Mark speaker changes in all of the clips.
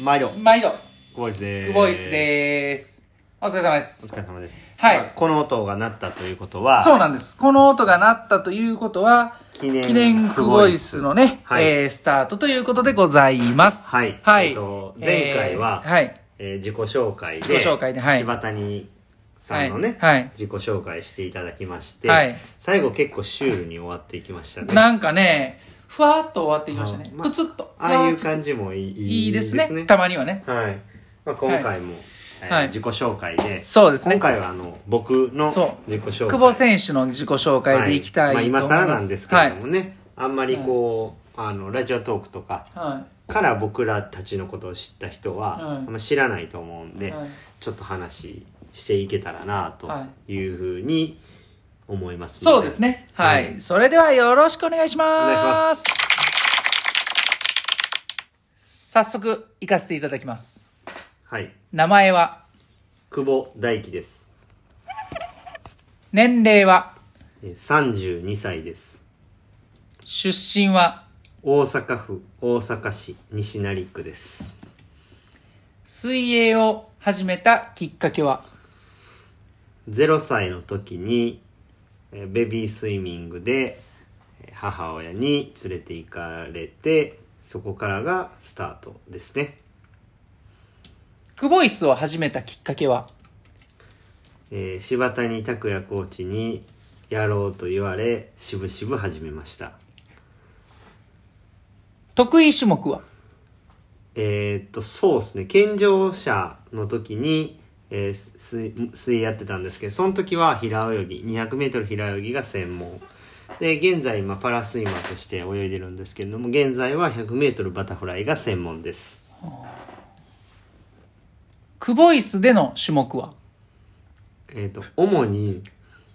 Speaker 1: 毎度
Speaker 2: 毎度、
Speaker 1: 久保イスでーす
Speaker 2: クボイスでーす。お疲れ様で
Speaker 1: お
Speaker 2: す。
Speaker 1: 疲れ様です
Speaker 2: はい
Speaker 1: まあこの音が鳴ったということは
Speaker 2: そうなんです。この音が鳴ったということは、
Speaker 1: 記念
Speaker 2: 記念クボイスのね、
Speaker 1: はい
Speaker 2: えースタートということでございます。
Speaker 1: はい
Speaker 2: はい。
Speaker 1: えっと前回は
Speaker 2: えーはい。
Speaker 1: えー自己紹介で
Speaker 2: 自己紹介ではい
Speaker 1: 柴谷さんのね、
Speaker 2: はいはい
Speaker 1: 自己紹介していただきまして、
Speaker 2: はい
Speaker 1: 最後結構シュールに終わっていきましたね
Speaker 2: なんかね、ふわっと終わっていきましたね
Speaker 1: あ。まあ
Speaker 2: プツッと。
Speaker 1: ああいう
Speaker 2: ふわっと
Speaker 1: 感じもいい
Speaker 2: いいですねたまにはね。
Speaker 1: はい、まあ、今回も、えー
Speaker 2: はい
Speaker 1: 自己紹介で
Speaker 2: そうですね
Speaker 1: 今回はあの僕の
Speaker 2: そう
Speaker 1: 自己紹介
Speaker 2: 久保選手の自己紹介でいきたいと思います。
Speaker 1: はまあ、今更なんですけれどもね、あんまりこう、あのラジオトークとか
Speaker 2: はい。はい
Speaker 1: から僕らたちのことを知った人は、
Speaker 2: うん
Speaker 1: あんま知らないと思うんで、
Speaker 2: はい
Speaker 1: ちょっと話していけたらなと
Speaker 2: は
Speaker 1: いうふうに思いますの
Speaker 2: そうですね。はい。
Speaker 1: うん
Speaker 2: それではよろしくお願いします。
Speaker 1: お願いします
Speaker 2: 早速、行かせていただきます。
Speaker 1: はい
Speaker 2: 名前は、
Speaker 1: 久保大樹です
Speaker 2: 年齢は、
Speaker 1: えー32歳です
Speaker 2: 出身は、
Speaker 1: 大阪府大阪市西成区です
Speaker 2: 水泳を始めたきっかけは、
Speaker 1: 0歳の時にえーベビースイミングでえー母親に連れて行かれてそこからがスタートですね、
Speaker 2: クボイスを始めたきっかけは、
Speaker 1: えー柴谷拓也コーチにやろうと言われしぶしぶ始めました
Speaker 2: 得意種目は、
Speaker 1: えーっとそうですね健常者の時に、えー水水泳やってたんですけどその時は平泳ぎ 200m 平泳ぎが専門で現在今パラスイマーとして泳いでるんですけれども現在は 100m バタフライが専門です
Speaker 2: クボイスでの種目は、
Speaker 1: えーっと主に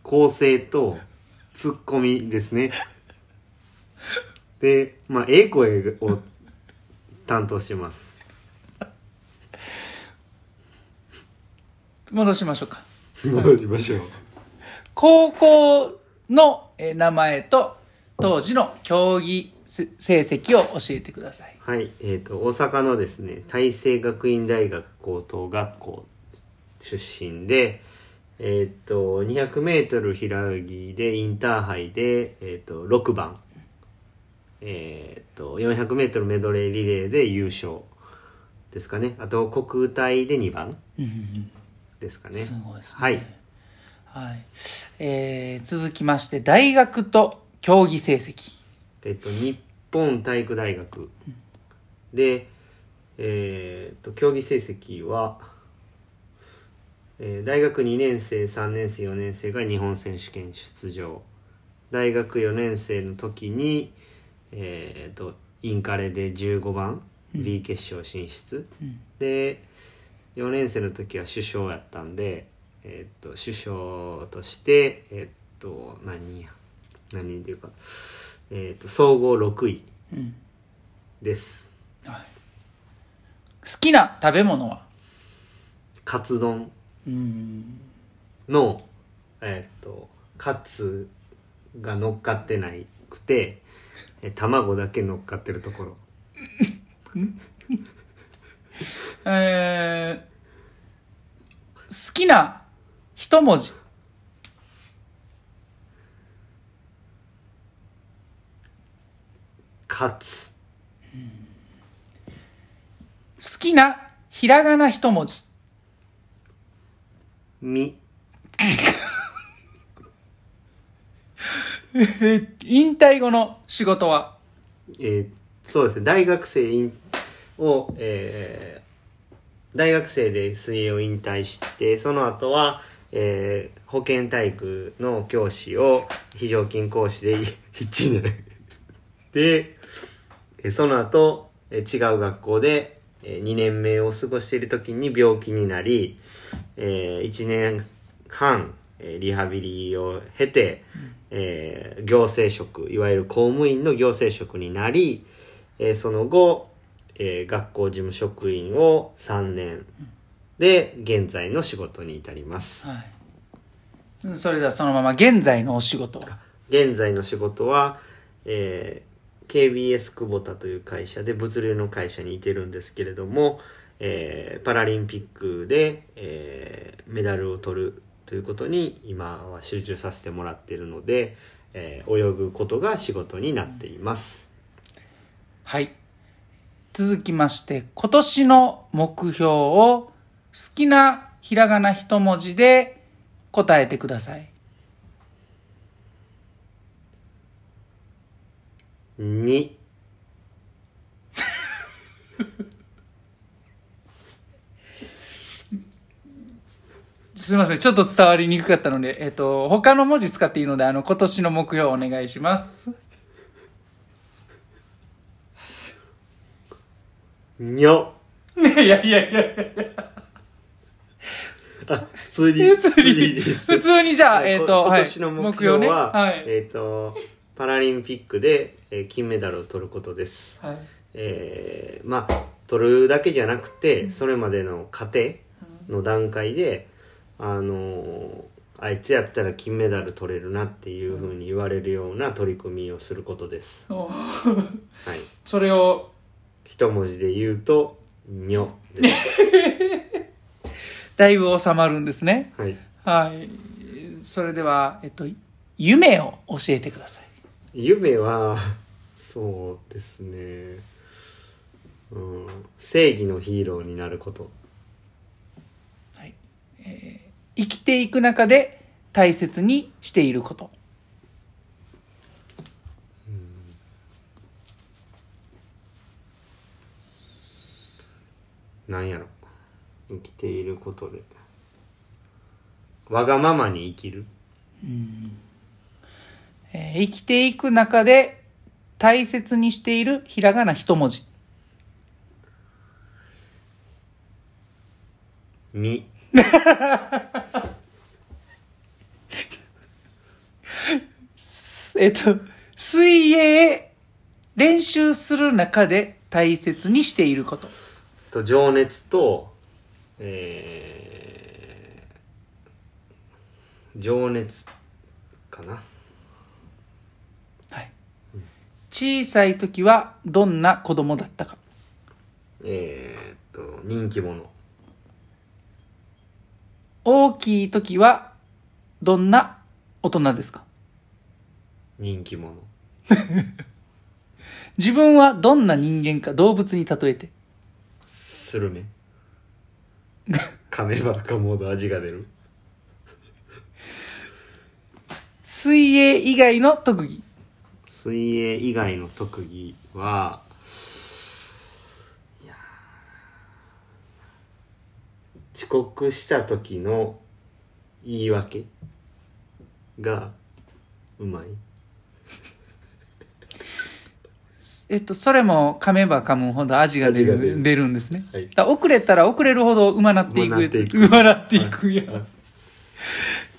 Speaker 1: 構成とツッコミですねでまあええ声を担当して ます
Speaker 2: 戻しましょうか。
Speaker 1: 戻りましょう
Speaker 2: 高校のえー名前と、当時の競技せ成績を教えてください。
Speaker 1: はい、えー、と大阪のですね大成学院大学高等学校出身で、えー、と 200m 平泳ぎでインターハイで、えー、と6番、えー、と 400m メドレーリレーで優勝ですかねあと国体で2番ですかね。
Speaker 2: すごいですね
Speaker 1: はい
Speaker 2: はい。えー、続きまして、大学と競技成績。
Speaker 1: えっと、日本体育大学で、えーっと競技成績は、えー大学2年生3年生4年生が日本選手権出場大学4年生の時に、えーっとインカレで15番 B 決勝進出、で4年生の時は首相やったんで、えーっと首相として、えーっと何や何人というか、えーっと総合6位
Speaker 2: うん。
Speaker 1: です
Speaker 2: はい。好きな食べ物は
Speaker 1: カツ丼
Speaker 2: うん。
Speaker 1: の、えーっとカツが乗っかってないくてえー卵だけ乗っかってるところ
Speaker 2: えー、好きな一文字。
Speaker 1: カツ
Speaker 2: 好きなひらがな一文字。
Speaker 1: み
Speaker 2: 引退後の仕事は
Speaker 1: えーそうですね大学生引を、えー大学生で水泳を引退してその後は、えー保健体育の教師を非常勤講師でい 1年でえーその後えー違う学校で2年目を過ごしている時に病気になり、え1年半えーリハビリを経て、えー行政職いわゆる公務員の行政職になり、えーその後、えー学校事務職員を3年で現在の仕事に至ります
Speaker 2: はい。それではそのまま現在のお仕事は
Speaker 1: 現在の仕事は、えー KBS 久保田という会社で物流の会社にいてるんですけれども、えーパラリンピックで、えーメダルを取るということに今は集中させてもらっているので、えー泳ぐことが仕事になっています。
Speaker 2: はい。続きまして、今年の目標を好きなひらがな一文字で答えてください。
Speaker 1: に
Speaker 2: すみません。ちょっと伝わりにくかったので、えっと、他の文字使っていいので、あの、今年の目標をお願いします。
Speaker 1: にょ
Speaker 2: いやいやいやいや。
Speaker 1: あ普通 に
Speaker 2: 普通
Speaker 1: 普通に
Speaker 2: に、普通にじ ゃあ、えっ、と、
Speaker 1: こ今年の目標は、
Speaker 2: はい目標ね。
Speaker 1: えっ、と、パラリンピックで、えー金メダルを取ることです。
Speaker 2: はい。はい
Speaker 1: えーまあ、取るだけじゃなくて、それまでの過程の段階で、あのーあいつやったら金メダル取れるなっていうふうに言われるような取り組みをすることです。
Speaker 2: そう
Speaker 1: はい。
Speaker 2: それを、
Speaker 1: 一文字で言うと、にょです。
Speaker 2: だいぶ収まるんですね。
Speaker 1: はい。
Speaker 2: はい。それでは、えっと、夢を教えてください。
Speaker 1: 夢はそうですね、うん、正義のヒーローになること
Speaker 2: はいえー生きていく中で大切にしていること。
Speaker 1: なんやろ生きていることでわがままに生きる
Speaker 2: えー生きていく中で大切にしているひらがな一文字。
Speaker 1: に
Speaker 2: えっと、水泳練習する中で大切にしていること。
Speaker 1: と情熱とえー、情熱かな
Speaker 2: はい。小さい時はどんな子供だったか。
Speaker 1: えー、と人気者
Speaker 2: 大きい時はどんな大人ですか
Speaker 1: 人気者
Speaker 2: 自分はどんな人間か動物に例えて。
Speaker 1: スルメ噛めば噛むほど味が出る
Speaker 2: 水泳以外の特技。
Speaker 1: 水泳以外の特技は、いやー遅刻した時の言い訳がうまい。
Speaker 2: えっと、それも噛めば噛むほど味が出る
Speaker 1: 味が出る
Speaker 2: 出るんですね。
Speaker 1: はい
Speaker 2: だから遅れたら遅れるほど馬なっていくやつ。馬
Speaker 1: 馬
Speaker 2: な
Speaker 1: な
Speaker 2: っ
Speaker 1: ってて
Speaker 2: い
Speaker 1: い
Speaker 2: く
Speaker 1: く
Speaker 2: やん。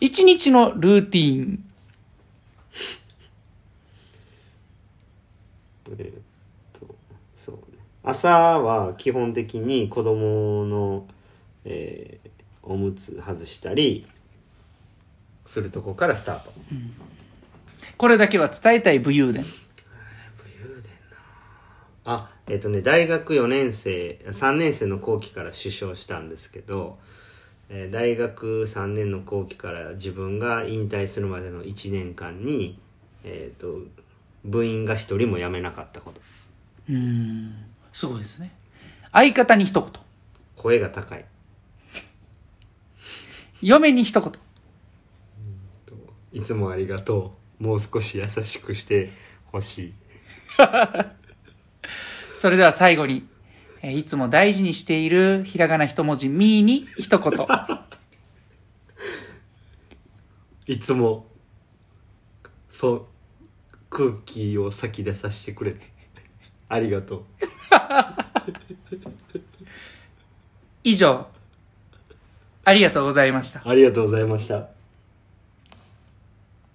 Speaker 2: 一日のルーティーン。
Speaker 1: えーっと、そうね。朝は基本的に子供の、えーおむつ外したりするとこからスタート。
Speaker 2: これだけは伝えたい武勇伝。
Speaker 1: あえっ、とね大学4年生3年生の後期から首相したんですけど、えー大学3年の後期から自分が引退するまでの1年間に、えー、と部員が1人も辞めなかったこと
Speaker 2: うーん。すごいですね。相方に一言。
Speaker 1: 声が高い
Speaker 2: 嫁に一言。
Speaker 1: といつもありがとうもう少し優しくしてほしい
Speaker 2: それでは最後に、えーいつも大事にしているひらがな一文字、みーに一言。
Speaker 1: いつもそう空気を先出させてくれてありがとう
Speaker 2: 以上、ありがとうございました。
Speaker 1: ありがとうございました